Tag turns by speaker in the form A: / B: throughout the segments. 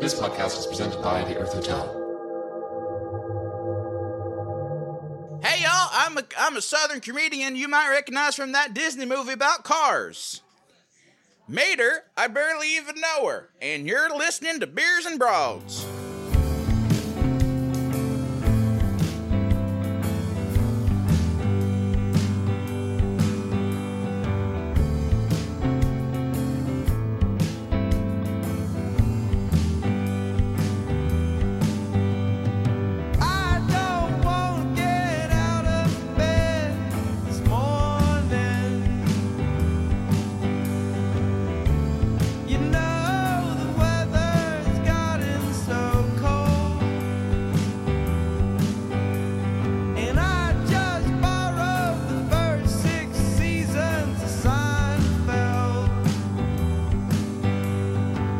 A: This podcast is presented by the Earth Hotel.
B: Hey y'all, I'm a I'm a southern comedian you might recognize from that Disney movie about cars. Mater, I barely even know her, and you're listening to Beers and Broads.
C: I don't want to get out of bed this morning. You know the weather's gotten so cold, and I just borrowed the first six seasons of Seinfeld.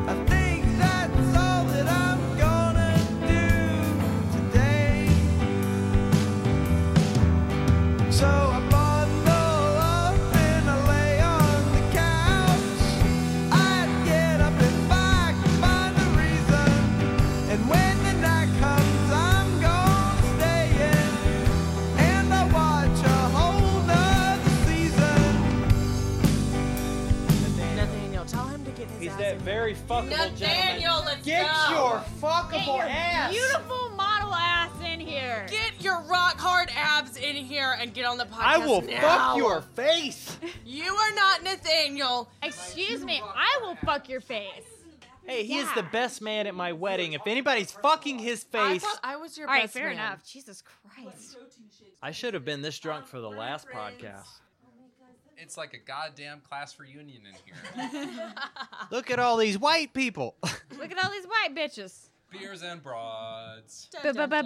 C: I think that's all that I'm gonna do today. So I bundle up and I lay on the couch. I'd get up and back, find a reason. And when the night comes, I'm gonna stay in. And I watch a whole nother season.
D: Nathaniel, tell him to get his
E: He's
D: ass
E: that
D: in
E: very fuckable gentleman.
F: Nathaniel, let's
C: Get
F: go.
C: your fuckable
D: Get your
C: ass.
D: beautiful model ass in here.
F: Get your rock hard abs in here and get on the podcast.
E: I will
F: now.
E: fuck your face.
F: You are not Nathaniel.
D: Excuse me, I will fuck your face.
E: Hey, he is
D: Yeah.
E: the best man at my wedding. If anybody's fucking his
F: I
E: face,
F: thought I was your
D: All right,
F: best
D: fair
F: man.
D: enough. Jesus Christ.
E: I should have been this drunk for the last podcast.
G: It's like a goddamn class reunion in here.
E: Look at all these white people.
D: Look at all these white bitches.
G: Beers and broads.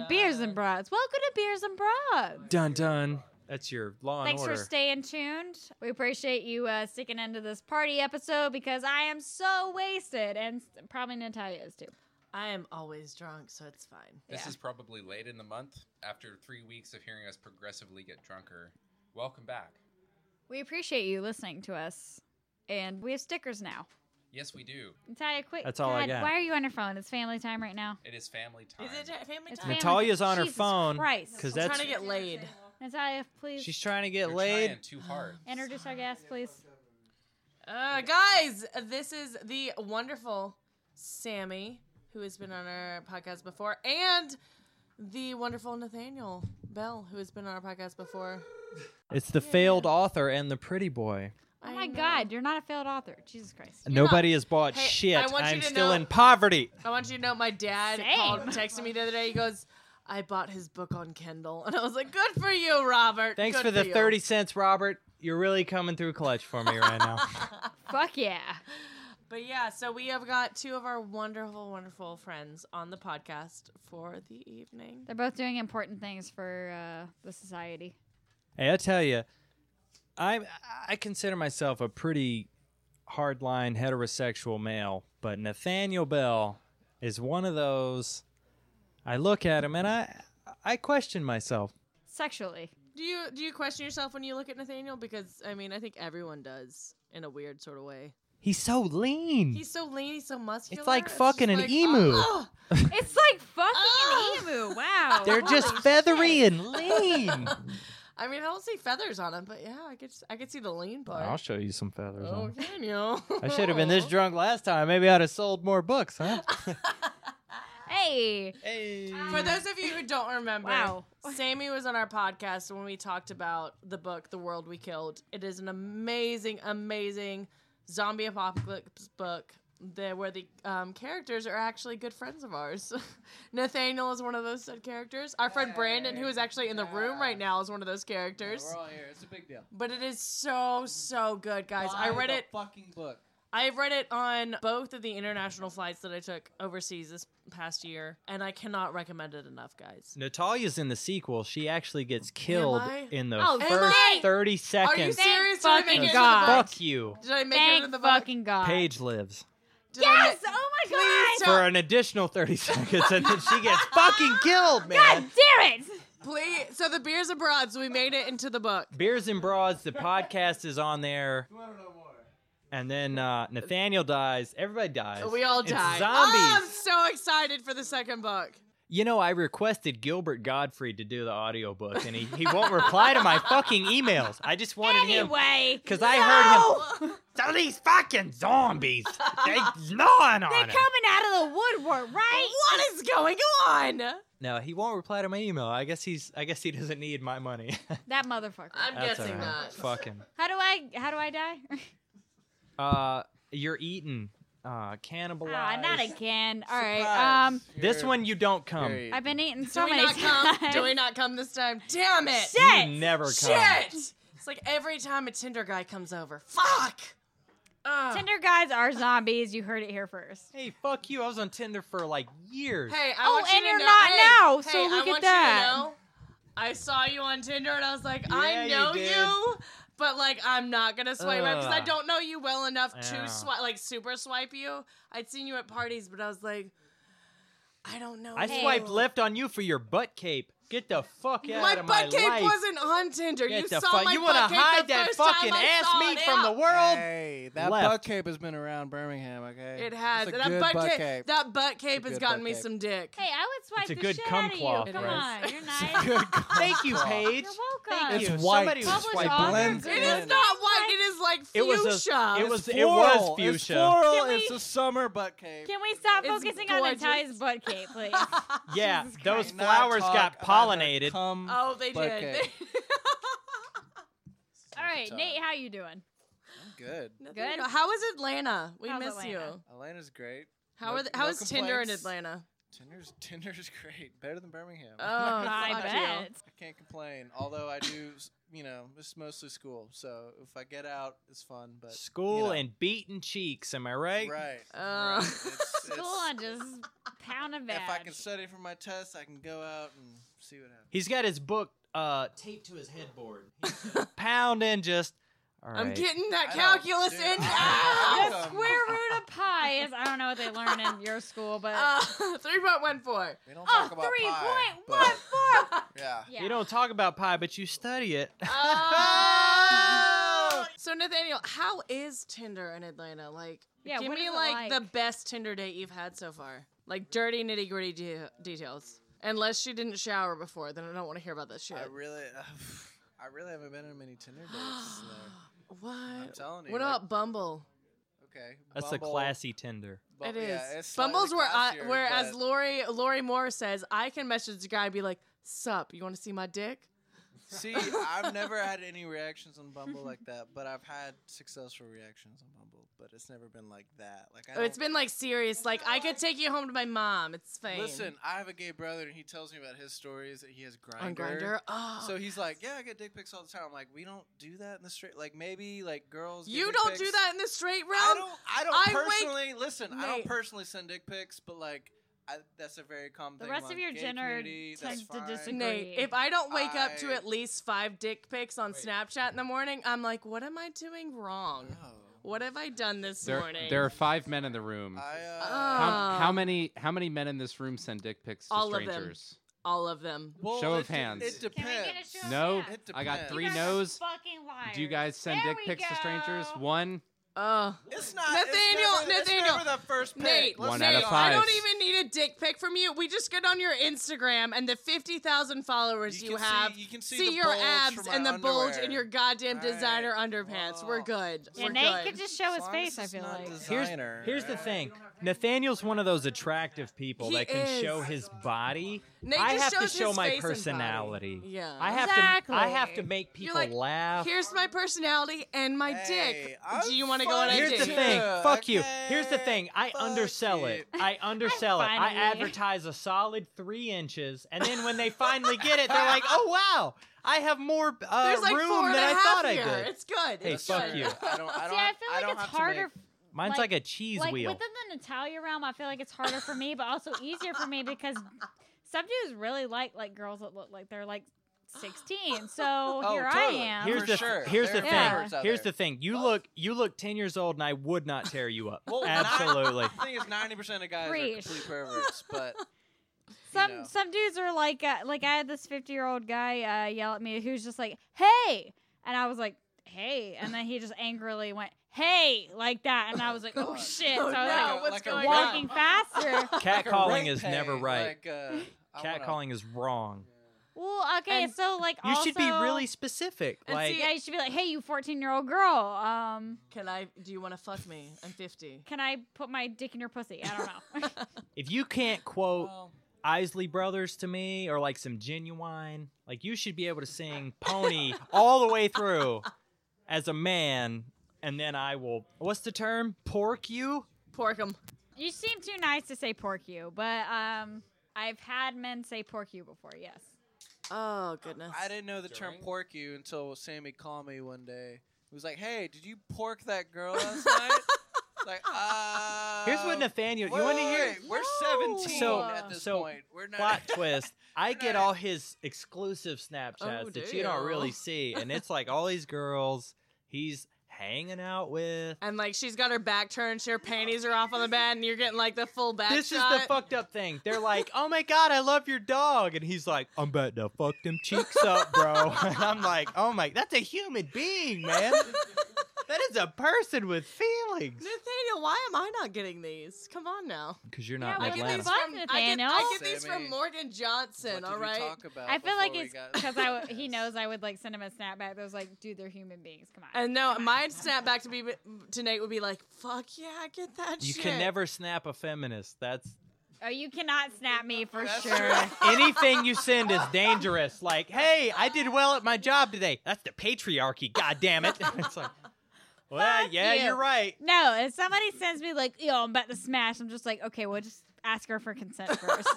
D: Beers and Broads. Welcome to Beers and Broads.
E: dun dun. That's your law and
D: Thanks
E: order.
D: for staying tuned. We appreciate you uh, sticking into this party episode because I am so wasted, and s- probably Natalia is too.
F: I am always drunk, so it's fine.
G: This
D: Yeah.
G: is probably late in the month after three weeks of hearing us progressively get drunker. Welcome back.
D: We appreciate you listening to us, and we have stickers now.
G: Yes, we do.
D: Natalia, quick.
E: That's all I
D: God,
E: got.
D: Why are you on your phone? It's family time right now.
G: It is family time.
F: Is it family
D: It's
F: time?
D: family-
E: Natalia's on her
D: Jesus
E: phone
D: Christ.
E: because
F: I'm
E: that's
F: trying to get laid.
D: Natalia, please
E: she's trying to get
G: You're
E: laid.
G: trying too hard.
D: introduce our guest, please.
F: Uh, guys, this is the wonderful Sammy, who has been on our podcast before, and the wonderful Nathaniel Bell, who has been on our podcast before.
E: It's the failed author and the pretty boy.
D: Oh my God, you're not a failed author. Jesus Christ.
E: Nobody has bought
F: Hey,
E: shit.
F: I want you
E: I'm
F: to
E: still
F: know-
E: in poverty.
F: I want you to know my dad
D: Same.
F: called texted me the other day. He goes, I bought his book on Kindle. And I was like, good for you, Robert.
E: Thanks
F: Good
E: for the
F: you."
E: 30 cents, Robert. You're really coming through clutch for me right now.
D: Fuck yeah.
F: But yeah, so we have got two of our wonderful, wonderful friends on the podcast for the evening.
D: They're both doing important things for uh, the society.
E: Hey, I tell you, I I consider myself a pretty hardline heterosexual male, but Nathaniel Bell is one of those. I look at him and I I question myself.
D: Sexually.
F: Do you do you question yourself when you look at Nathaniel? Because I mean, I think everyone does in a weird sort of way.
E: He's so lean.
F: He's so lean, he's so muscular.
E: Hmm. like
F: just "Ah."
E: fucking an emu.
F: "Ugh."
D: It's like fucking
F: Oh.
D: an emu. Wow.
E: They're just feathery and lean.
F: I mean, I don't see feathers on him, but yeah, I could I could see the lean part.
E: I'll show you some feathers. on
F: oh,
E: him.
F: can you?
E: I should have been this drunk last time. Maybe I'd have sold more books, huh?
D: Hey.
E: hey.
F: For those of you who don't remember,
D: Wow.
F: Sammy was on our podcast when we talked about the book "The World We Killed." It is an amazing, amazing zombie apocalypse book. There, where the um, characters are actually good friends of ours. Nathaniel is one of those said characters. Our friend Brandon, who is actually in the room right now, is one of those characters.
H: We're all here. It's a big deal.
F: But it is so so good, guys. I
H: Buy
F: read
H: the
F: it.
H: Fucking book.
F: I've read it on both of the international flights that I took overseas this past year, and I cannot recommend it enough, guys.
E: Natalia's in the sequel. She actually gets killed
F: I?
E: in the
D: Oh,
E: first
F: am I?
E: 30
F: Are you
E: seconds.
F: serious? Oh,
D: Thank
F: Did I make
D: fucking
F: it
D: God.
F: in the book?
E: Fuck you.
F: Did I make it in
D: Thank
F: the book?
D: fucking God.
E: Paige lives
F: Did I
D: Yes.
F: make-
D: Oh my God.
F: Please
E: for an additional 30 seconds and then she gets fucking killed, man.
D: Damn it.
F: Please. So the beers and broads, we made it into the book.
E: Beers and Broads, the podcast is on there. And then uh, Nathaniel dies. Everybody dies.
F: We all
E: It's
F: die. Oh, I'm
E: Zombies.
F: so excited for the second book.
E: You know, I requested Gilbert Godfrey to do the audiobook, and he, he won't reply to my fucking emails. I just wanted him.
D: Anyway,
E: Because I heard him. So these fucking zombies. They gnawing
D: they're
E: on him.
D: coming out of the woodwork, right?
F: What is going on?
E: No, he won't reply to my email. I guess he's. I guess he doesn't need my money.
D: That motherfucker.
F: I'm
E: That's
F: guessing
E: all right.
F: not.
E: Fuck him.
D: How do I? How do I die?
E: Uh, you're eaten. Uh, cannibalized.
D: Ah, not again. All right. Um,
E: This one you don't come.
B: You're-
D: I've been eating so
F: Do we
D: many
F: not come?
D: times.
F: Do we not come this time? Damn it!
D: Shit.
E: You never come.
F: Shit! It's like every time a Tinder guy comes over. Fuck! Ugh.
D: Tinder guys are zombies. You heard it here first.
E: Hey, fuck you. I was on Tinder for like years.
F: Hey, I
D: Oh,
F: want you
D: and
F: to
D: you're
F: know-
D: not
F: hey,
D: now,
F: hey,
D: so
F: I
D: look at
F: want you to
D: that.
F: know, I saw you on Tinder and I was like,
E: Yeah,
F: I
E: you
F: know you,
E: did.
F: but like I'm not gonna swipe up because I
E: Ugh.
F: don't know you well enough
E: Yeah.
F: to swipe like super swipe you. I'd seen you at parties, but I was like, I don't know.
E: I
F: you.
E: swiped left on you for your butt cape. Get the fuck out
F: My
E: of
F: butt
E: my
F: cape
E: life.
F: wasn't on Tinder.
E: Get
F: you
E: the
F: saw
E: fuck.
F: my
E: you
F: butt
E: wanna
F: cape
E: hide
F: the
E: that
F: first
E: fucking
F: time I
E: ass
F: saw
E: meat
F: it
E: from the
F: out.
E: world?
C: Hey, that
E: Left.
C: butt cape has been around Birmingham, okay?
F: It has.
C: It's a
F: that
C: good
F: butt, cape,
C: cape.
F: That butt cape
C: a
F: has
C: good
F: gotten
C: butt
F: me
C: cape.
F: some dick.
D: Hey, I would swipe
E: It's a
D: the
E: good
D: shit
E: cum
D: out of you.
E: cloth,
D: Come
E: right?
D: on, you're nice.
C: Good
E: Thank you,
C: God.
E: Paige.
D: You're welcome.
E: Thank
C: It's
E: you.
C: white.
E: Somebody was
D: Published
E: swiping.
D: author?
C: blends
F: It
C: It
F: is
C: is.
F: not white. It is like
E: It was
F: fuchsia.
E: a- it was-
C: It's
E: it was
C: floral. It's
E: fuchsia.
C: floral.
D: Can
C: It's
D: we-
C: a summer butt cape.
D: Can we stop
F: It's
D: focusing on
F: gorgeous.
D: Natalia's butt cape, please?
E: Yeah,
D: Jesus
E: those
D: Christ.
C: Not
E: flowers
C: talk
E: got
C: about her
E: pollinated.
C: cum
F: oh, they
C: butt
F: did.
C: cape.
D: All right,
C: Good
D: Nate,
C: time.
D: how you doing?
C: I'm good.
F: Nothing
D: Good?
F: to- How is Atlanta? We
D: How's
F: miss
D: Atlanta?
F: you.
C: Atlanta's great.
F: How
C: No-
F: are the, how
C: no
F: is Tinder in
C: complaints.
F: Atlanta?
C: Tinder's Tinder's great. Better than Birmingham.
F: Oh,
D: I
F: fuck you.
D: bet.
C: I can't complain. Although I do, s- you know, it's mostly school. So if I get out, it's fun. But you
E: School
C: know,
E: and beaten cheeks. Am I right?
C: right,
F: Oh.
C: right. It's-
D: School
C: it's-
D: on just pound of
C: If I
D: badge.
C: can study for my test, I can go out and see what happens.
E: He's got his book uh, taped to his headboard. He's just pounding just. All right.
F: I'm getting that
C: I know,
F: calculus
C: dude,
F: in.
C: I-
F: Ah!
D: the square root of pi is I don't know what they learn in your school, but
F: Uh, Three point one four.
C: We don't
D: oh,
C: talk about
D: three
C: pie,
D: point one
C: but-
D: four.
C: Yeah.
D: Yeah.
E: You don't talk about pie, but you study it.
F: Uh, Oh. So Nathaniel, how is Tinder in Atlanta? Like,
D: Yeah,
F: give
D: what
F: me
D: is it
F: like, the
D: like?
F: best Tinder date you've had so far. Like dirty nitty gritty de- details. Unless you didn't shower before, then I don't want to hear about that shit.
C: I really, I really haven't been in many Tinder dates. There.
F: what?
C: I'm telling you.
F: what
C: like,
F: about Bumble?
C: Okay.
E: That's a
C: Bumble-
E: classy Tinder.
C: Bu-
F: it is.
C: yeah, it's slightly
F: Bumble's where I,
C: classier,
F: uh, where as
C: but-
F: Lori Lori Moore says, I can message the guy and be like, "Sup, you want to see my dick?"
C: See, I've never had any reactions on Bumble like that, but I've had successful reactions on Bumble, but it's never been like that. Like I
F: Oh, it's
C: don't-
F: been like serious. Like I could take you home to my mom. It's fine.
C: Listen, I have a gay brother, and he tells me about his stories that he has grinder.
F: on Grinder. Oh,
C: So he's like, "Yeah, I get dick pics all the time." I'm like, "We don't do that in the straight. Like maybe like girls. get
F: you
C: dick
F: don't
C: pics.
F: do that in the straight realm.
C: I don't. I don't
F: I wake-
C: personally listen. I
F: Nate.
C: don't personally send dick pics, but like, I, that's a very common
D: The
C: thing.
D: rest
C: among
D: of your
C: gay
D: gender
C: community. That's
D: tends to
C: fine.
D: disagree.
F: Nate,
D: Agree.
F: if I don't wake up to
C: I-
F: at least five dick pics on Snapchat in the morning, I'm like, what am I doing wrong?
C: Uh-huh. No.
F: What have I done this
I: There,
F: morning?
I: there are five men in the room.
C: I, uh,
I: how,
F: Ah.
I: how many? How many men in this room send dick pics to
F: All of them.
I: strangers?
F: All of them.
C: well,
I: show
C: it
I: of
C: de-
I: hands.
C: It
D: Can we
C: depends.
D: get a show of
I: No,
D: hands?
C: It
I: I got
C: depends.
I: three
D: You guys are
I: no's.
D: Fucking liars.
I: Do you guys send
D: There
I: dick
D: we
I: pics to strangers?
D: go.
I: One.
F: Oh.
C: It's not
F: Nathaniel-
C: It's never, it's
F: Nathaniel.
C: never the first pick.
F: Nate,
C: Let's
I: One
C: be
I: out of
C: honest.
F: I
I: five.
F: don't even need a dick pic from you. We just get on your Instagram and the 50,000 followers
C: You
F: you,
C: can see-
F: have.
C: you can see
F: see
C: the
F: your
C: bulge
F: abs
C: from
F: and the
C: my
F: bulge
C: underwear.
F: in your goddamn
C: All right.
F: designer underpants. We're
C: Well.
F: good.
D: Yeah,
F: We're
D: Nate
F: good.
D: could just show his
C: uh, As long as
D: face. I
C: it's
D: feel
C: not
D: like.
E: Here's,
C: designer,
E: here's the
C: right?
E: thing. Nathaniel's one of those attractive people
F: He
E: that can
F: is.
E: show his body.
F: Nate
E: I
F: just
E: have to
F: shows
E: show
F: his
E: my
F: face and body.
E: personality.
F: Yeah.
E: I have to I have to
D: Exactly.
E: make people
F: like,
E: laugh.
F: Here's my personality and my
C: Hey,
F: dick.
C: I'm
F: Do you want to go on a
C: funny
E: Here's
F: date?
E: the
C: did.
E: thing.
C: Yeah,
E: Fuck you. Here's the
C: okay,
E: thing. I
C: fuck
E: undersell it. I undersell it. I
D: Finally.
E: advertise a solid three inches, and then when they finally get it, they're like, "Oh wow, I have more uh,
F: There's like
E: room
F: four and a
E: than I
F: half
E: thought
F: here.
E: I did."
F: It's good.
E: Hey,
F: it's
E: fuck
F: good.
E: you.
C: I don't. I
D: See,
C: don't.
D: I
C: have-
D: feel
C: I
D: like
C: don't
D: it's
C: have to
D: harder.
C: make-
E: Mine's
D: like-
E: like, a cheese
D: like
E: wheel.
D: within the Natalia realm, I feel like it's harder for me, but also easier for me because some dudes really like like girls that look like they're like sixteen. So here
C: Oh, totally.
D: I am.
E: Here's
C: For
E: the
C: sure.
E: here's the
C: There
E: thing.
D: are perverts
C: out
E: Here's
C: there.
E: the thing. You look you look ten years old, and I would not tear you up.
C: Well, not-
E: Absolutely.
C: The thing is, ninety percent of guys
D: Preach.
C: are complete perverts, but
D: some
C: you know.
D: some dudes are like uh, like I had this fifty year old guy uh, yell at me who's just like hey, and I was like hey, and then he just angrily went hey, like that. And I was like, oh,
C: God.
D: shit. So
F: Oh,
D: I
F: no,
D: was
F: what's
C: like a
D: like,
F: going
C: rock.
F: on?
D: walking faster.
E: Catcalling
C: Rape
E: is never
C: pay,
E: right.
C: Like, uh, I wanna-
E: Catcalling is wrong.
D: Well, okay,
F: And
D: so like
E: You should be
D: also-
E: really specific.
F: And
E: Like,
F: see,
D: Yeah, you should be like, hey, you 14 year old girl, um,
F: Can I? Do you want to fuck me? I'm 50.
D: can I put my dick in your pussy? I don't know.
E: if you can't quote
C: Well,
E: Isley Brothers to me or like some genuine, like you should be able to sing Pony all the way through as a man, and then I will. What's the term? Pork you?
F: Pork him.
D: you seem too nice to say pork you, but um, I've had men say pork you before, yes.
F: Oh goodness.
C: I didn't know the term
G: During-
C: pork you until Sammy called me one day. He was like, hey, did you pork that girl last night? like, uh.
E: Here's what Nathaniel.
C: Wait,
E: you want to
C: wait,
E: hear?
C: wait, We're
F: No.
C: 17
E: So-
C: at this
E: so
C: point. We're not.
E: plot twist. I get all his exclusive Snapchats
F: Oh,
E: that you don't
F: dear.
E: really see, and it's like all these girls he's hanging out with.
F: And like she's got her back turned, her panties are off on the bed, and you're getting like the full back
E: This is
F: shot.
E: the fucked up thing. They're like, "Oh my god, I love your dog," and he's like, "I'm about to fuck them cheeks up, bro." And I'm like, "Oh my, that's a human being, man. That is a person with feelings."
F: Nathaniel, why am I not getting these? Come on now.
E: Because you're
D: not
E: not
D: Yeah, Like
F: I get
D: last-
F: these
D: Fuck
F: from I get, I
D: Nathaniel.
F: get these
C: Sammy,
F: from Morgan
C: What
F: Johnson.
C: did
F: All
C: we
F: right.
C: talk about
D: I feel like
C: Uh, before we
D: it's
C: got-
D: because I w- he
C: Yes.
D: knows I would like send him a snapback that was like, dude, they're human beings. Come on.
F: And no, my snap back to be to Nate would be like, "Fuck yeah, I get that
E: You
F: shit."
E: can never snap a feminist. That's
D: oh, you cannot snap me for
C: That's
D: sure.
C: right.
E: anything you send is dangerous. Like, hey, I did well at my job today. That's the patriarchy. God damn it! it's like, well,
D: Fuck
E: yeah,
D: you.
E: are right.
D: No, if somebody sends me like, yo, I'm about to smash, I'm just like, okay, well, just ask her for consent first.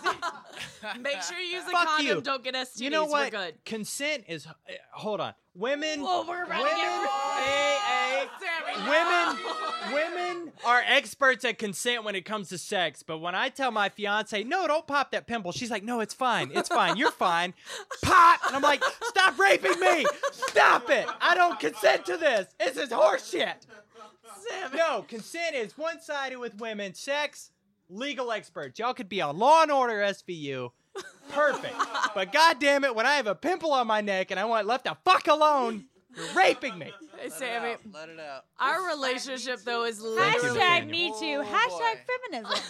F: Make sure you use a
E: Fuck
F: condom.
E: you.
F: Don't get STDs.
E: You know what?
F: We're good.
E: Consent is. uh, Hold on, women.
D: Whoa, we're about to
E: women.
D: get-
E: hey, hey.
F: Sammy,
E: Women, women are experts at consent when it comes to sex. But when I tell my fiance, "No, don't pop that pimple," she's like, "No, it's fine. It's fine. You're fine." Pop, and I'm like, "Stop raping me! Stop it! I don't consent to this. This is horseshit." No, consent is one-sided with women. Sex, legal experts. Y'all could be on Law and Order SVU. Perfect. But goddamn it, when I have a pimple on my neck and I want left the fuck alone, you're raping me.
C: Let it
F: Sammy.
C: out. Let it out.
F: Our relationship though is
E: Thank you,
D: Hashtag
E: Nathaniel.
D: me too.
C: Oh,
D: Hashtag
C: boy.
D: feminism.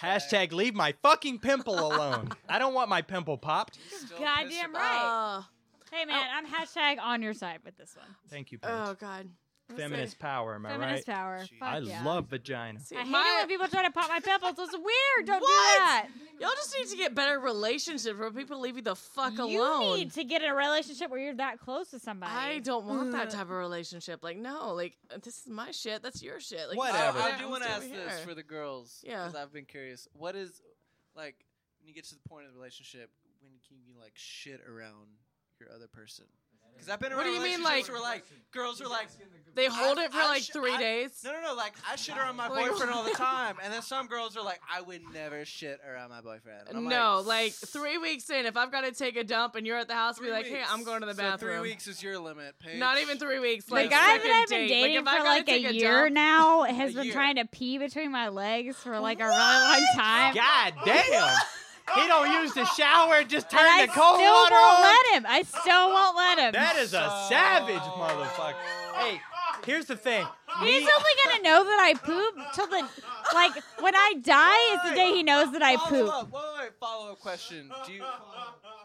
E: Hashtag leave my fucking pimple alone. I don't want my pimple popped.
C: Still
D: Goddamn
C: pissed about
D: right.
F: Uh,
D: Hey man, I'm hashtag on your side with this one.
E: Thank you,
F: oh god.
E: Feminist power, am I
D: Feminist
E: right?
D: power.
C: Jeez.
D: Fuck
E: I
D: yeah.
E: love vagina.
F: See,
D: I hate
F: my-
D: it when people try to pop my pimples. It's weird. Don't do
F: What?
D: that.
F: Y'all just need to get better relationships where people leave you the fuck
D: You
F: alone.
D: need to get in a relationship where you're that close to somebody.
F: I don't want that type of relationship. Like, no, like uh, this is my shit. That's your shit. Like,
C: Oh,
E: Whatever.
C: I do want to ask this for
F: the
C: the girls.
F: Yeah.
C: Because I've been curious. What is, like, when you get to the point of the relationship, when can you, like, shit around your other person? Because I've been
F: What
C: around
F: do you mean,
C: relationships
F: like-
C: where, like, girls are like,
F: they hold
C: I-
F: it for
C: I
F: like
C: sh-
F: three
C: I-
F: days.
C: no, no, no, like, I shit around my
F: Like-
C: boyfriend all the time. And then some girls are like, I would never shit around my boyfriend. And I'm
F: No, like three weeks in, if I've got to take a dump and you're at the house, be
C: three
F: like, hey, I'm
C: weeks.
F: going to the
C: So
F: bathroom.
C: three weeks is your limit, Paige.
F: Not even three weeks.
D: The
F: Like,
D: guy
F: second
D: that I've been
F: date.
D: dating
F: like, if
D: for
F: I gotta
D: like a
F: take a
D: year
F: dump-
D: now has been
C: year.
D: trying to pee between my legs for like a really long time.
E: God damn. He don't use the shower, just turn
D: and I
E: the cold
D: still
E: water
D: won't
E: on.
D: let him. I still won't let him.
E: That is a savage motherfucker. Hey, here's the thing.
D: He's
E: Me-
D: only gonna know that I poop till the like when I die is the day he knows that I
C: Follow
D: poop.
C: up. Wait, wait, wait. Follow up question. Do you,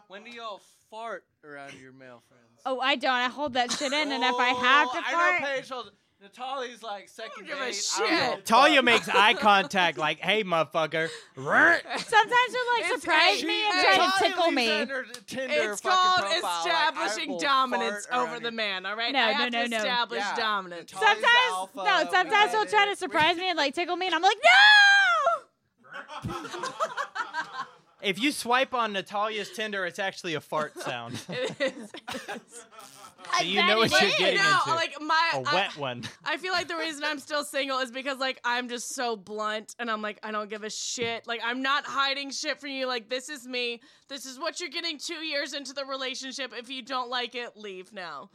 C: when do y'all fart around your male friends?
D: Oh, I don't. I hold that shit in, and if I have to
C: Oh, I know
D: fart,
C: Paige holds. Natali's like second
F: give a
C: date.
F: shit.
C: I don't know.
E: Talia makes eye contact like, hey, motherfucker.
D: sometimes he'll like
F: It's-
D: surprise
F: hey,
D: me and
F: hey,
D: try
C: Natalia
D: to tickle
C: leaves
D: me.
C: in her Tinder
F: It's
C: fucking
F: called
C: profile, like, I
F: establishing
C: will
F: dominance
C: fart
F: over
C: around
F: the
C: your-
F: man. All right,
D: No,
F: I
D: no,
F: have
D: no,
F: to
D: no.
F: establish
C: Yeah.
F: dominance.
C: Natalia's
D: Sometimes
C: alpha,
D: no,
C: we
D: sometimes
C: get
D: he'll
C: it.
D: try to surprise me and like tickle me, and I'm like, no.
E: If you swipe on Natalia's Tinder, it's actually a fart sound. So
F: It is.
E: you
D: bet
E: know
D: it
E: what you're
D: is.
E: getting
F: no,
E: into.
F: like my
E: a
F: I-
E: wet one.
F: I feel like the reason I'm still single is because like I'm just so blunt and I'm like I don't give a shit. Like I'm not hiding shit from you. Like this is me. This is what you're getting 2 years into the relationship. If you don't like it, leave now.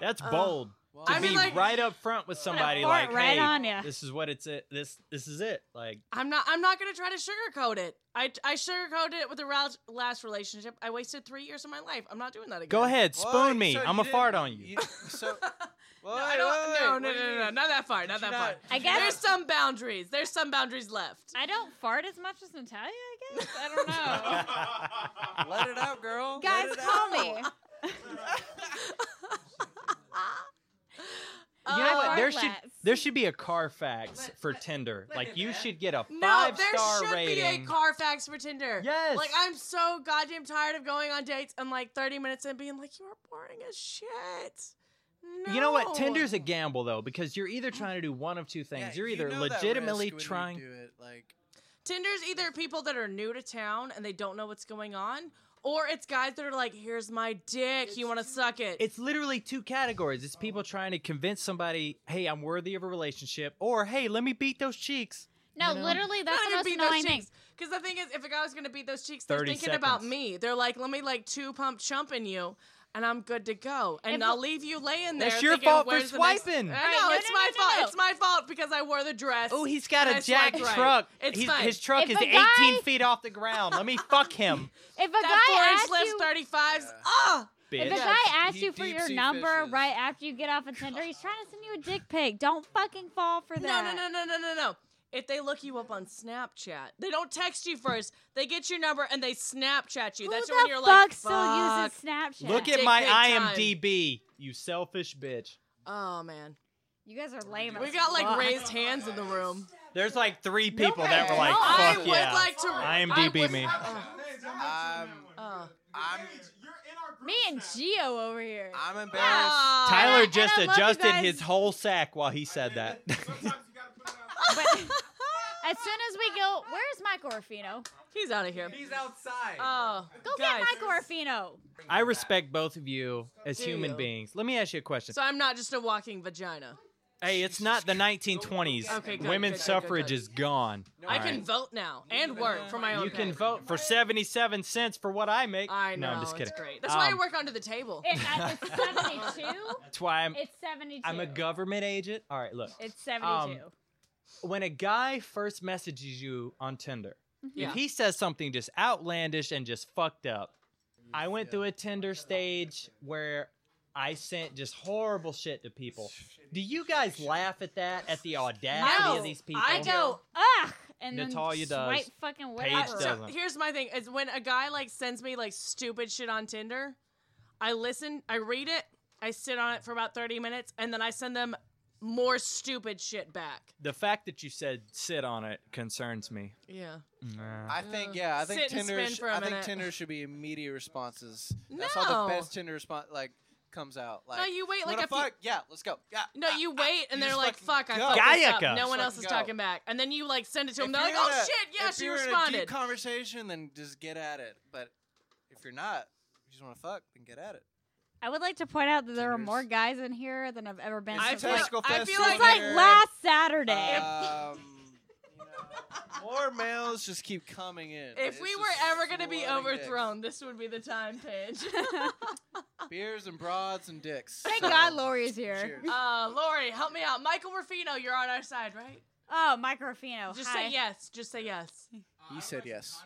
E: That's
D: Uh,
E: bold.
C: Well,
E: to
F: I mean,
E: be
F: like- uh,
E: right up front with somebody
D: fart
E: like,
D: right
E: hey,
D: on ya."
E: this is what it's it. This this is it. Like
F: I'm not I'm not going to try to sugarcoat it. I I sugarcoated it with the rou- last relationship. I wasted 3 years of my life. I'm not doing that again.
E: go ahead,
C: well,
E: spoon me.
C: so
E: I'm
C: you
E: a fart
C: didn't-
E: on you.
C: So Wait,
F: I
C: wait, wait,
F: don't. no, no,
C: what do
F: no,
C: you
F: no, no,
C: mean?
F: not that far. Not
C: Did you
F: that
C: not-
F: far.
C: did
D: I
C: you
D: guess-
F: There's
C: not-
F: some boundaries. There's some boundaries left.
D: I don't fart as much as Natalia, I guess. I don't know.
C: Let it out, girl.
D: Guys,
C: Let it
D: call
C: out.
D: me.
E: You
F: Um,
E: know
D: fart
F: Uh,
E: what? There should
D: less.
E: there should be a Carfax for Tinder. Like you should get a
F: No,
E: five
F: there
E: star
F: should
E: rating.
F: be a Carfax for Tinder.
E: Yes.
F: Like I'm so goddamn tired of going on dates and like 30 minutes in being like, you are boring as shit. No.
E: You know what? Tinder's a gamble though, because you're either trying to do one of two
C: Mm. Yeah,
E: things.
C: you
E: you're either
C: know that risk
E: legitimately
C: when you
E: trying.
C: do it, like
F: Tinder's either people that are new to town and they don't know what's going on, or it's guys that are like, here's my dick, you want to suck it.
E: It's literally two categories. It's people
C: Oh.
E: trying to convince somebody, "Hey, I'm worthy of a relationship," or "Hey, let me beat those cheeks."
D: No, literally, that's
F: not
D: the
F: even
D: most
F: beat those
D: annoying
F: cheeks.
D: thing.
F: Because the thing is, if a guy was gonna beat those cheeks, they're
E: 30
F: thinking about
E: seconds.
F: me. They're like, let me like two pump chump in you, and I'm good to go. And
D: If-
F: I'll leave you laying there.
E: That's your
F: thinking,
E: fault for
F: "Where's the next-"
E: swiping.
F: I
D: Right,
F: know
D: no,
F: it's
D: no,
F: my
D: no, no,
F: fault.
D: no.
F: It's my fault because I wore the dress.
E: Oh, he's got
F: and
E: a
F: I
E: jack
F: swiped right.
E: truck.
F: It's
E: He's-
F: fine.
E: His truck
D: If
E: is
D: a guy-
E: 18 feet off the ground. Let me fuck him,
D: If a
F: that
D: guy
F: four
D: asks
F: inch
D: you,
F: less 35s.
C: Yeah.
F: Ah,
D: if
E: bitch.
D: a guy asks
C: He
D: you for
C: deep
D: your
C: sea
D: number
C: fishes.
D: right after you get off of Tinder, he's trying to send you a dick pic. Don't fucking fall for
F: no,
D: that.
F: no, no, no, no, no, no. If they look you up on Snapchat, they don't text you first. They get your number and they Snapchat you.
D: Who
F: That's
D: the
F: when you're
D: fuck
F: like,
D: still
F: fuck.
D: uses Snapchat?
E: Look at
F: Dick
E: my
F: pic time.
E: IMDb, you selfish bitch.
F: Oh man,
D: you guys are lame.
F: we
D: as
F: got like
D: fuck.
F: raised hands in the room.
E: There's like three people that were
C: man.
E: like,
D: No, I
E: "Fuck
F: would
E: yeah."
F: like to-
E: IMDb
F: I would-
E: me.
C: I'm,
F: Oh.
C: I'm,
D: me and Geo over here.
C: I'm embarrassed.
F: Ah.
D: And I-
E: Tyler
D: and
E: just
D: I love you
E: adjusted
D: guys.
E: his whole sack while he said that.
D: but as soon as we go, where's Michael Orfino?
F: He's out of here.
J: He's outside.
F: Oh,
D: Go
F: guys.
D: get Michael Orfino.
E: I respect both of you as
F: Do
E: human
F: you?
E: beings. Let me ask you a question.
F: So I'm not just a walking vagina.
E: hey, it's not the 1920s.
F: Okay, good,
E: Women's
F: good, good, good,
E: suffrage
F: good.
E: is gone.
F: I
E: All
F: can
E: right.
F: vote now and work for my own.
E: You
F: pay.
E: can vote for 77 cents for what I make.
F: I know.
E: No, I'm just kidding.
F: It's great. That's why I
E: Um,
F: work under the table.
D: It, uh, it's 72.
E: That's why I'm
D: It's 72.
E: I'm a Um, government agent. All right, look.
D: It's 72.
E: When a guy first messages you on Tinder,
F: Yeah.
E: if he says something just outlandish and just fucked up, I went through a Tinder stage where I sent just horrible shit to people. Do you guys laugh at that? At the audacity
F: No,
E: of these people?
F: I
D: go,
F: go.
D: ugh, and then
E: Natalia does.
D: swipe fucking whatever.
E: Paige does.
F: Uh, So here's my thing: is when a guy like sends me like stupid shit on Tinder, I listen, I read it, I sit on it for about 30 minutes, and then I send them more stupid shit back.
E: The fact that you said sit on it concerns me.
F: Yeah.
C: I think yeah. I think
F: Sit and
C: Tinder.
F: spin
C: sh-
F: for a
C: I think
F: minute.
C: Tinder should be immediate responses. That's how the
F: No.
C: best Tinder response like comes out. Like
F: you wait, like,
C: wanna
F: a few-
C: fuck? yeah, let's go. Yeah.
F: No,
C: ah,
F: you
C: ah.
F: wait, and
C: You
F: they're
C: just
F: like, "Fuck,
C: fucking
F: I
C: go.
F: fucked this
E: Gaika.
F: up." No one
C: Just
F: else is
C: fucking go.
F: talking back, and then you like send it to them.
C: If
F: They're like,
C: you're in
F: "Oh
C: a-
F: shit, yeah,
C: if
F: she
C: you're In a deep
F: responded."
C: conversation, then just get at it. But if you're not, if you just want to fuck, then get at it.
D: I would like to point out that there are
C: Tinder's-
D: more guys in here than I've ever been.
C: It's
F: I
D: since
F: feel
D: like,
F: like-
C: Tesco
F: I
C: Fest
F: feel
C: on
F: like- Uh,
D: since, like,
C: Tinder.
D: last Saturday.
C: Um, you know, more males just keep coming in.
F: If
C: It's
F: we
C: just
F: were ever gonna be
C: flooding dicks.
F: overthrown, this would be the time, Paige.
C: beers and broads and dicks.
D: Thank
C: So,
D: God Lori is here.
C: cheers.
F: uh, Lori, help me out. Michael Ruffino, you're on our side, right?
D: Oh, Michael Rufino.
F: Just
D: hi.
F: say yes. Just say yes.
C: He said yes.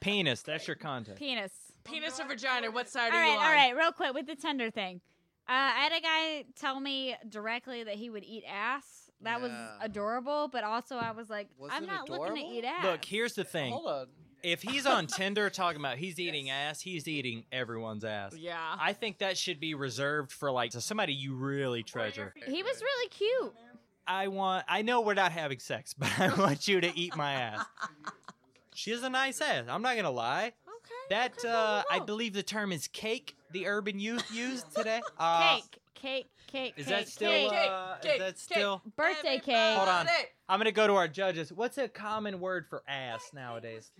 E: Penis, that's your contact.
D: Penis.
F: Penis or vagina? What side
D: All
F: are you
D: right,
F: on?
D: all right. Real quick with the Tinder thing. Uh, I had a guy tell me directly that he would eat ass. That was
C: Yeah.
D: adorable, but also I was like,
C: Was
D: I'm
C: it
D: not looking
C: adorable?
D: to eat ass.
E: Look, here's the thing.
C: Hold on.
E: If he's on Tinder talking about he's eating ass, he's eating everyone's ass.
F: Yeah.
E: I think that should be reserved for like to somebody you really treasure.
D: he was really cute.
E: I want I know we're not having sex, but I want you to eat my ass. She has a nice ass. I'm not gonna lie.
F: Okay.
E: That
F: okay,
E: uh,
F: whoa,
E: I
F: whoa.
E: believe the term is cake. The urban youth used today. Uh,
D: cake, cake, cake.
E: Is
D: cake,
E: that still?
D: cake.
E: Uh,
F: cake,
E: is that
F: cake.
E: still?
D: birthday cake?
E: Hold on.
F: Everybody.
E: I'm gonna go to our judges. What's a common word for ass nowadays?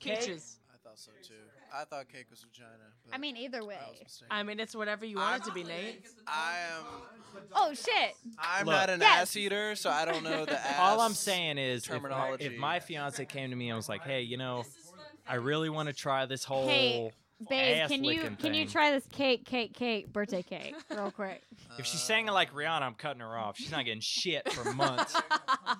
F: Peaches.
C: I thought so too. I thought cake was vagina. but
D: I mean, either way.
C: I was mistaken.
F: I mean, it's whatever you want it to be, Nate.
C: I am.
D: Oh shit!
C: I'm
E: Look.
C: not an
D: Yes.
C: ass eater, so I don't know the ass.
E: All I'm saying is, if,
C: terminology.
E: if my fiance came to me and was like, "Hey, you know, I really want to try this whole,"
D: Hey, Babe,
E: ass
D: can you
E: licking
D: can you
E: thing.
D: try this cake, cake, cake birthday cake real quick?
E: if she's saying it like Rihanna, I'm cutting her off. She's not getting shit for months.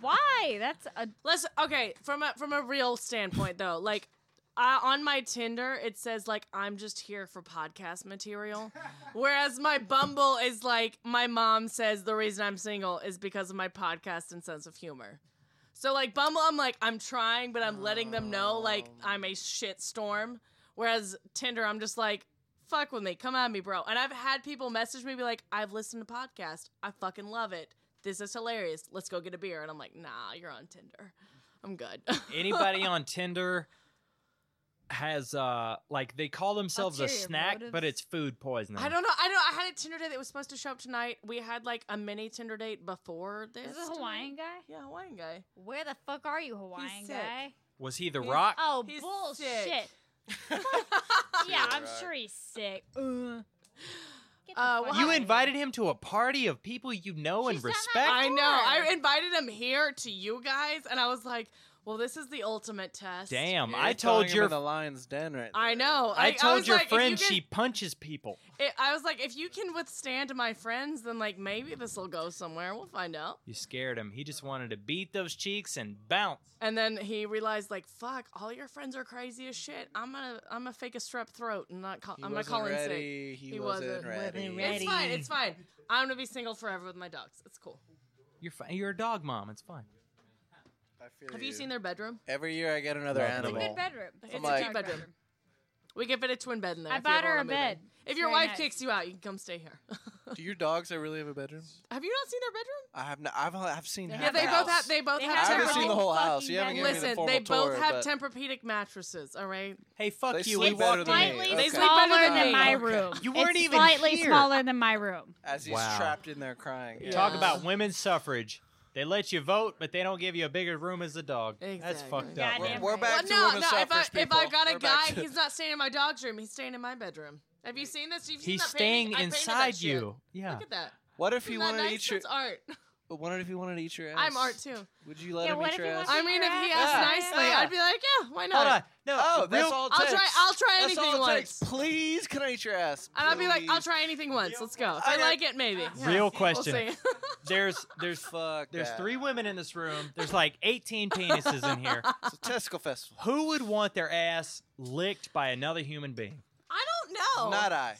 D: Why? That's a
F: Let's okay from a from a real standpoint though. Like, uh, on my Tinder, it says like I'm just here for podcast material, whereas my Bumble is like my mom says the reason I'm single is because of my podcast and sense of humor. So like Bumble, I'm like I'm trying, but I'm letting them know like I'm a shit storm. Whereas Tinder, I'm just like fuck with me, come at me, bro. And I've had people message me be like I've listened to podcast, I fucking love it. This is hilarious. Let's go get a beer. And I'm like, nah, you're on Tinder. I'm good.
E: Anybody on Tinder has uh like they call themselves a
D: Ulterior
E: snack, but
D: motives.
E: it's food poisoning.
F: I don't know. I don't. I had a Tinder date that was supposed to show up tonight. We had like a mini Tinder date before this.
D: Is this a Hawaiian guy?
F: Yeah, Hawaiian guy.
D: Where the fuck are you, Hawaiian
F: sick.
D: guy?
E: Was he the
F: He's-
E: Rock?
D: Oh,
F: He's
D: bullshit.
F: sick.
D: yeah, I'm
C: right.
D: sure he's sick. Uh, Ugh. Get the fuck
F: Uh, well,
D: outta
E: You
D: here.
E: invited him to a party of people you know and
D: She's done
E: respect.
D: that
F: I know. I
D: Sure.
F: invited him here to you guys, and I was like, "Well, this is the ultimate test."
E: Damn,
C: You're
E: I
C: throwing
E: told
C: him
E: your
C: in the lion's den right.
F: I
C: there.
F: know.
E: I told
F: was
E: your
F: like, if you
E: friend
F: can-
E: she punches people.
F: it- I was like, if you can withstand my friends, then like maybe this will go somewhere. We'll find out.
E: You scared him. He just wanted to beat those cheeks and bounce.
F: And then he realized, like, fuck, all your friends are crazy as shit. I'm gonna, I'm gonna fake a strep throat and not call.
C: He
F: I'm gonna
C: wasn't
F: call in sick.
C: ready. He,
F: He
C: wasn't,
F: wasn't-
C: ready.
D: wasn't
F: It's fine. It's fine. I'm gonna be single forever with my dogs. It's cool.
E: You're fine. You're a dog mom. It's fine.
C: I feel
F: Have you seen their bedroom?
C: Every year I get another
E: Love
D: It's a
C: animal.
D: good bedroom.
F: It's
C: like-
F: a cute bedroom. We can fit a twin bed in there.
D: I
F: if you
D: bought
F: ever
D: her a
F: wanna move in.
D: bed.
F: If
D: It's
F: your
D: very
F: wife
D: nice.
F: kicks you out, you can come stay here.
C: Do your dogs that really have a bedroom?
F: have you not seen their bedroom?
C: I have not. I've, I've seen.
F: Yeah,
C: half
F: they
C: the
F: both
C: house.
F: have. They both
D: They
F: have.
D: have
C: I haven't
D: separate
C: seen the
F: Tempur-Pedic-
C: whole
D: fucking
C: house. You haven't given me the
F: Listen,
C: formal
F: they both
C: tour,
F: have
C: but
F: Tempur-Pedic mattresses. All right.
E: Hey, fuck
C: They
E: you.
C: sleep
E: We
C: better
E: walked
C: than
E: in.
C: me.
D: Slightly
C: Okay.
D: smaller
F: Okay.
D: than my
F: Okay.
D: room.
E: You weren't
D: it's
E: even
D: slightly
E: here.
D: smaller than my room.
C: As he's
E: Wow.
C: trapped in there crying. Yeah.
E: Talk
F: Yeah.
E: about women's suffrage. They let you vote, but they don't give you a bigger room as a dog. That's
F: Exactly.
E: fucked up.
D: Goddamn
E: man.
C: We're
D: right.
C: back to
F: well, no,
C: women's
F: no. If I,
C: suffrage
F: if I
C: people.
F: got a
C: We're back
F: guy,
C: to-
F: he's not staying in my dog's room. He's staying in my bedroom. Have you seen this? You've seen
E: He's
F: that painting?
E: staying
F: I painted that
E: inside
F: shit.
E: you. Yeah.
F: Look at that.
C: What if
F: Isn't
C: he
F: that
C: wanted to
F: nice?
C: eat your?
F: That's art.
C: But What if he wanted to eat your ass?
F: I'm art too.
C: Would you let
D: Yeah,
C: him
D: what
C: eat
D: if
C: your
D: he
C: ass?
D: wants-
F: I mean, if he
D: Yeah.
F: asked
E: Yeah.
F: nicely,
E: Yeah.
F: I'd be like, yeah, why not?
E: Hold on. No.
C: Oh, that's
E: real-
C: all. It
F: I'll try.
C: takes.
F: I'll try
C: That's
F: anything
C: all it takes.
F: once.
C: Please, can I eat your ass?
F: And I'll be like, I'll
C: Please.
F: try anything once. Let's go. If
C: I
F: I
C: got-
F: like it, maybe.
E: Real
F: We'll
E: question.
F: see.
E: There's there's
C: Fuck.
E: there's
C: that.
E: three women in this room. There's like 18 penises in here.
C: It's a testicle festival.
E: Who would want their ass licked by another human being?
F: I don't know.
C: Not I.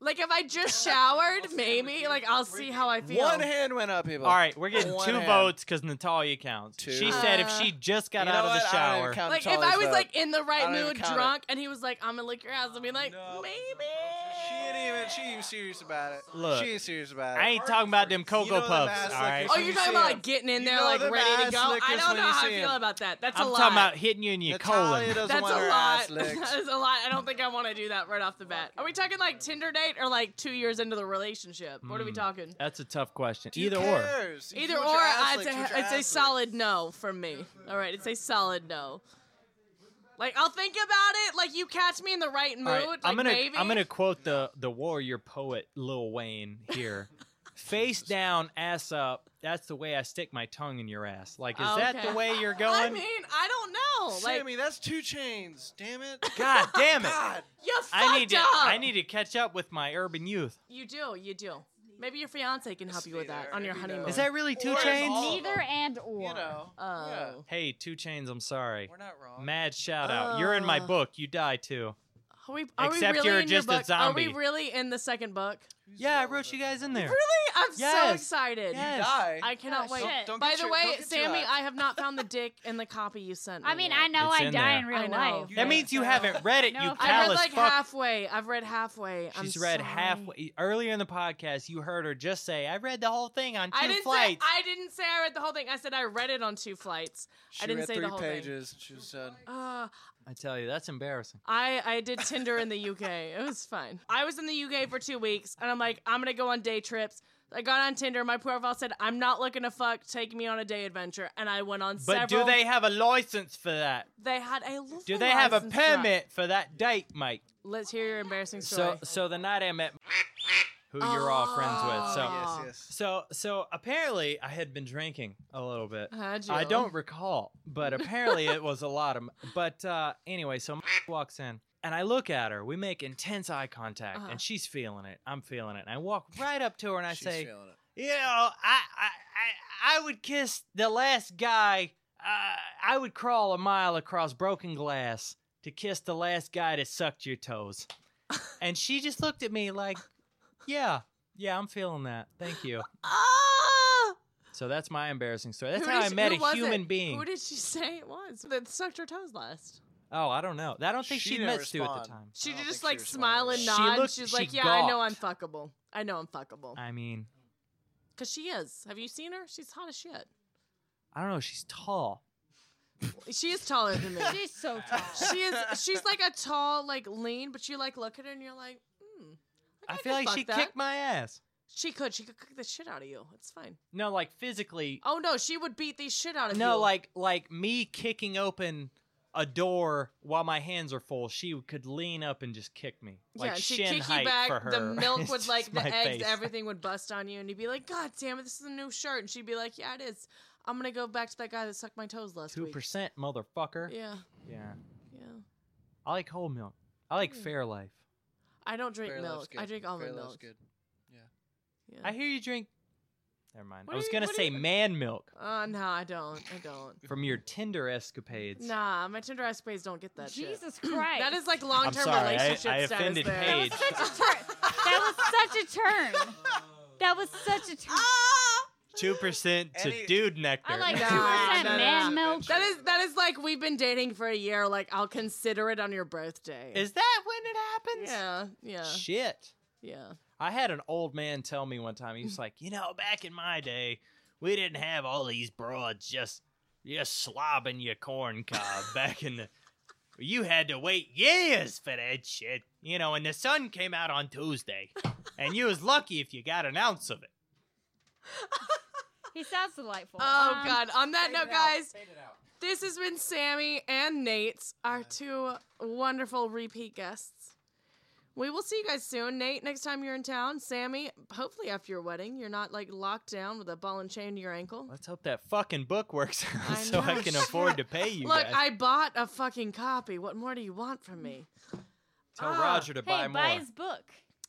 F: like if I just showered, maybe like I'll see how I feel.
C: One hand went up, people.
E: All right, we're getting
C: Oh, One
E: two
C: hand.
E: votes because Natalia counts.
C: Two.
E: She said if
F: Uh,
E: she just got
C: You
E: out
C: know
E: of the
C: what? I don't even
E: shower,
C: count
F: Like if
C: Natalia's
F: I was
C: vote.
F: like in the right
C: I don't even
F: mood,
C: count it.
F: drunk, and he was like, "I'm gonna lick your ass," I'd be like,
C: No.
F: maybe. Oh,
C: She ain't even. She ain't serious about it.
E: Look,
C: she ain't serious about it.
E: I ain't talking about them
C: You know
E: cocoa
C: them ass
E: puffs. All right,
C: lickers
F: Oh,
C: when
F: you're
C: you
F: talking
C: see
F: about
C: 'em.
F: like getting in
C: You
F: there,
C: know
F: like
C: them
F: ready
C: ass
F: to go. I
C: lickers
F: don't
C: when
F: know
C: you
F: how I
C: see
F: feel
C: 'em.
F: about that. That's
E: I'm
F: a lot.
E: talking about hitting you in your
C: Natalia
E: colon.
C: doesn't
F: That's a
C: want her
F: lot.
C: ass licked.
F: That is a lot. I don't think I want to do that right off the bat. Are we talking like Tinder date or like two years into the relationship? What are we
E: Mm.
F: talking?
E: That's a tough question.
C: Who
E: Either or.
C: cares? You
F: Either
C: want
F: or,
C: your ass
F: it's
C: licked, you want
F: a,
C: your
F: it's
C: ass
F: a
C: licked.
F: solid no from me. All right, it's a solid no. Like I'll think about it. Like you catch me in the right mood.
E: All right,
F: Like
E: I'm gonna
F: maybe.
E: I'm gonna quote the the warrior poet Lil Wayne here. Face down, ass up. That's the way I stick my tongue in your ass. Like, is that
F: Okay.
E: the way you're
F: I
E: going?
F: mean, I don't know. Like
C: Sammy, that's two chains. Damn it.
E: God damn it!
C: God.
F: you fucked
E: I need to
F: up.
E: I need to catch up with my urban youth.
F: You do. You do. Maybe your fiance can help you with that
C: there,
F: on your
C: you
F: honeymoon.
C: know.
E: Is that really two
C: Or is
E: chains?
C: all-
D: Neither and or.
C: You know.
F: Oh.
C: yeah.
E: Hey, two chains. I'm sorry.
C: We're not wrong.
E: Mad shout out. You're in my
F: Uh.
E: book. You die too.
F: Are we, are
E: Except
F: we really
E: you're
F: in your
E: just a
F: book? Are
E: zombie.
F: we really in the second book?
C: Who's
E: Yeah, I
C: relevant?
E: wrote you guys in there.
F: Really? I'm so
E: Yes.
F: excited.
E: Yes.
C: Die.
F: I cannot
D: Oh,
F: wait.
D: shit.
C: Don't
F: By
C: get
F: the
C: your- don't
F: way,
C: get your
F: Sammy,
C: eyes.
F: I have not found the dick in the copy you sent me.
D: I mean,
F: yet.
D: I know
E: It's
D: I
E: in
D: die
E: there.
D: in real
F: I know.
D: life.
E: That means you haven't read it.
D: No
E: you
D: offense.
F: I
E: callous
F: read like
E: fuck.
F: halfway. I've read halfway. I'm
E: She's read
F: sorry.
E: halfway earlier in the podcast. You heard her just say, "I read the whole thing on two
F: I didn't say
E: flights."
F: I didn't say I read the whole thing. I said I read it on two flights.
C: She
F: I didn't
C: read
F: say
C: three
F: the whole
C: pages. and She was done.
F: thing. Uh,
E: I tell you, that's embarrassing.
F: I I did Tinder in the UK. It was fine. I was in the UK for two weeks, and I'm like, I'm gonna go on day trips. I got on Tinder. My profile said, "I'm not looking to fuck. Take me on a day adventure." And I went on
E: But
F: several.
E: do they have a license for that?
F: They had a. liquor
E: Do they have a
F: license for that.
E: permit for that date, mate?
F: Let's hear your embarrassing
E: So,
F: story.
E: so the night I met who you're all friends with. So,
F: Oh.
C: Yes,
E: so, so apparently I had been drinking a little bit.
F: How'd
E: I
F: you?
E: don't recall, but apparently it was a lot of. But uh, anyway, so walks in and I look at her. We make intense eye contact,
F: Uh-huh.
E: and she's feeling it. I'm feeling it. And I walk right up to her and I
C: yes. She's
E: say,
C: feeling it.
E: "You know, I, I, I, I would kiss the last guy. Uh, I would crawl a mile across broken glass to kiss the last guy that sucked your toes. and she just looked at me like, yeah, yeah, I'm feeling that. Thank you.
F: Ah!
E: So that's my embarrassing story. That's
F: Who
E: how
F: did
E: I
F: she-
E: met
F: who
E: a
F: was
E: human
F: it?
E: being.
F: Who did she say it was that sucked her toes last?
E: oh, I don't know. I don't think
C: She
E: she,
C: didn't
E: met Stu at the
C: respond.
E: time.
F: She
C: I don't
F: just
C: think she
F: like smile
C: responded.
F: and
E: She
F: nod.
E: looked-
F: She was
E: she
F: like, "Yeah, I know I'm fuckable. I know I'm fuckable."
E: I mean,
F: Cause she is. Have you seen her? She's hot as shit.
E: I don't know. She's tall.
F: She is taller than me.
D: She's so tall.
F: she is. She's like a tall, like lean, but you like look at her and you're like, hmm.
E: I,
F: I
E: feel
F: could
E: like
F: fuck
E: she
F: that.
E: kicked my ass.
F: She could. She could kick the shit out of you. It's fine.
E: No, like physically.
F: Oh no, she would beat the shit out of you.
E: no, like like me kicking open a door while my hands are full. She could lean up and just kick me. Like
F: yeah, she'd
E: shin
F: kick
E: height
F: you back.
E: for her.
F: The milk
E: It's
F: would like
E: just
F: the
E: my
F: eggs,
E: face.
F: everything would bust on you, and you'd be like, "God damn it, this is a new shirt," and she'd be like, "Yeah, it is. I'm gonna go back to that guy that sucked my toes last
E: Two
F: week."
E: percent, motherfucker. Yeah.
F: Yeah, yeah.
E: I like whole milk. I like Fairlife.
F: I don't drink
C: Fair Love's
F: milk. I
C: good.
F: drink
C: Fair
F: almond
C: Love's
F: milk.
C: good.
F: Yeah.
E: I hear you drink. Never mind.
F: What do
E: I was
F: you-
E: gonna
F: what do
E: say
F: you-
E: man milk
F: Uh, no, I don't. I don't.
E: from your Tinder escapades.
F: Nah, my Tinder escapades don't get that shit. Hmm.
D: Jesus Christ.
F: That is like long term
E: sorry, I-
F: relationship
E: I
F: status
E: offended
F: there.
E: Paige.
D: such a turn. That was such a turn. That was such a turn.
F: Ah!
E: Two percent to
C: Any-
E: dude nectar.
D: I like two
F: Nah,
D: percent
F: nah,
D: man
F: nah.
D: milk.
F: That is that is like we've been dating for a year. Like I'll consider it on your birthday.
E: Is that when it happens?
F: yeah, yeah,
E: Shit.
F: yeah.
E: I had an old man tell me one time. He was like, you know, back in my day, we didn't have all these broads just just slobbing your corn cob back in the. You had to wait years for that shit, you know. And the sun came out on Tuesday, and you was lucky if you got an ounce of it.
D: He sounds delightful.
F: Oh
D: Um,
F: God. On that note,
G: it out,
F: guys,
G: fade it out.
F: this has been Sammy and Nate's our two wonderful repeat guests. We will see you guys soon. Nate, next time you're in town. Sammy, hopefully after your wedding, you're not like locked down with a ball and chain to your ankle.
E: Let's hope that fucking book works out
F: I
E: so I
F: know,
E: can
F: shit.
E: afford to pay you
F: Look,
E: guys.
F: I bought a fucking copy. What more do you want from me?
E: Tell
F: ah,
E: Roger to buy
D: Hey,
E: more.
D: buy his book.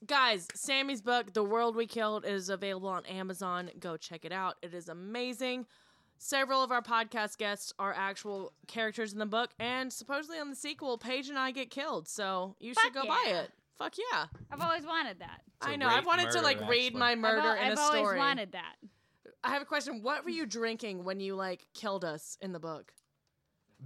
F: Guys, Sammy's book, The World We Killed, is available on Amazon. Go check it out. It is amazing. Several of our podcast guests are actual characters in the book, and supposedly on the sequel, Paige and I get killed. So you should go
D: Fuck
F: buy
D: yeah.
F: it. Fuck yeah.
D: I've always wanted that.
E: It's a
F: I know. I
E: rape
F: wanted to
E: murder,
F: like read
E: actually.
F: my
E: I've
F: murder
D: I've, al-
F: in a
D: I've
F: story.
D: always wanted that.
F: I have a question. What were you drinking when you like killed us in the book?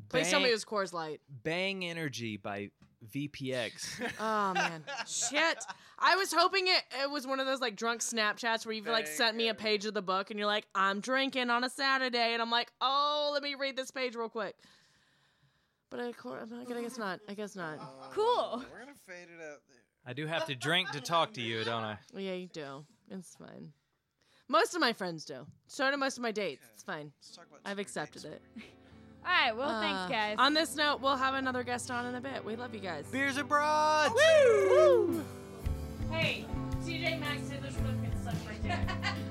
F: Please tell me it was Coors Light.
E: Bang Energy by VPX.
F: Oh man, shit! I was hoping it it was one of those like drunk Snapchats where you've like sent me a page of the book and you're like, "I'm drinking on a Saturday," and I'm like, "Oh, let me read this page real quick." But I, cour- I'm like, I guess not. I guess not.
D: Cool.
C: We're gonna fade it out there.
E: I do have to drink to talk to you, don't I?
F: Yeah, you do. It's fine. Most of my friends do. So do most of my dates. It's fine.
C: Let's talk about.
F: I've accepted it.
D: All right. Well,
F: Uh,
D: thanks, guys.
F: On this note, we'll have another guest on in a bit. We love you guys.
E: Beers abroad.
D: hey, TJ Maxx Hitler's book can suck my dick.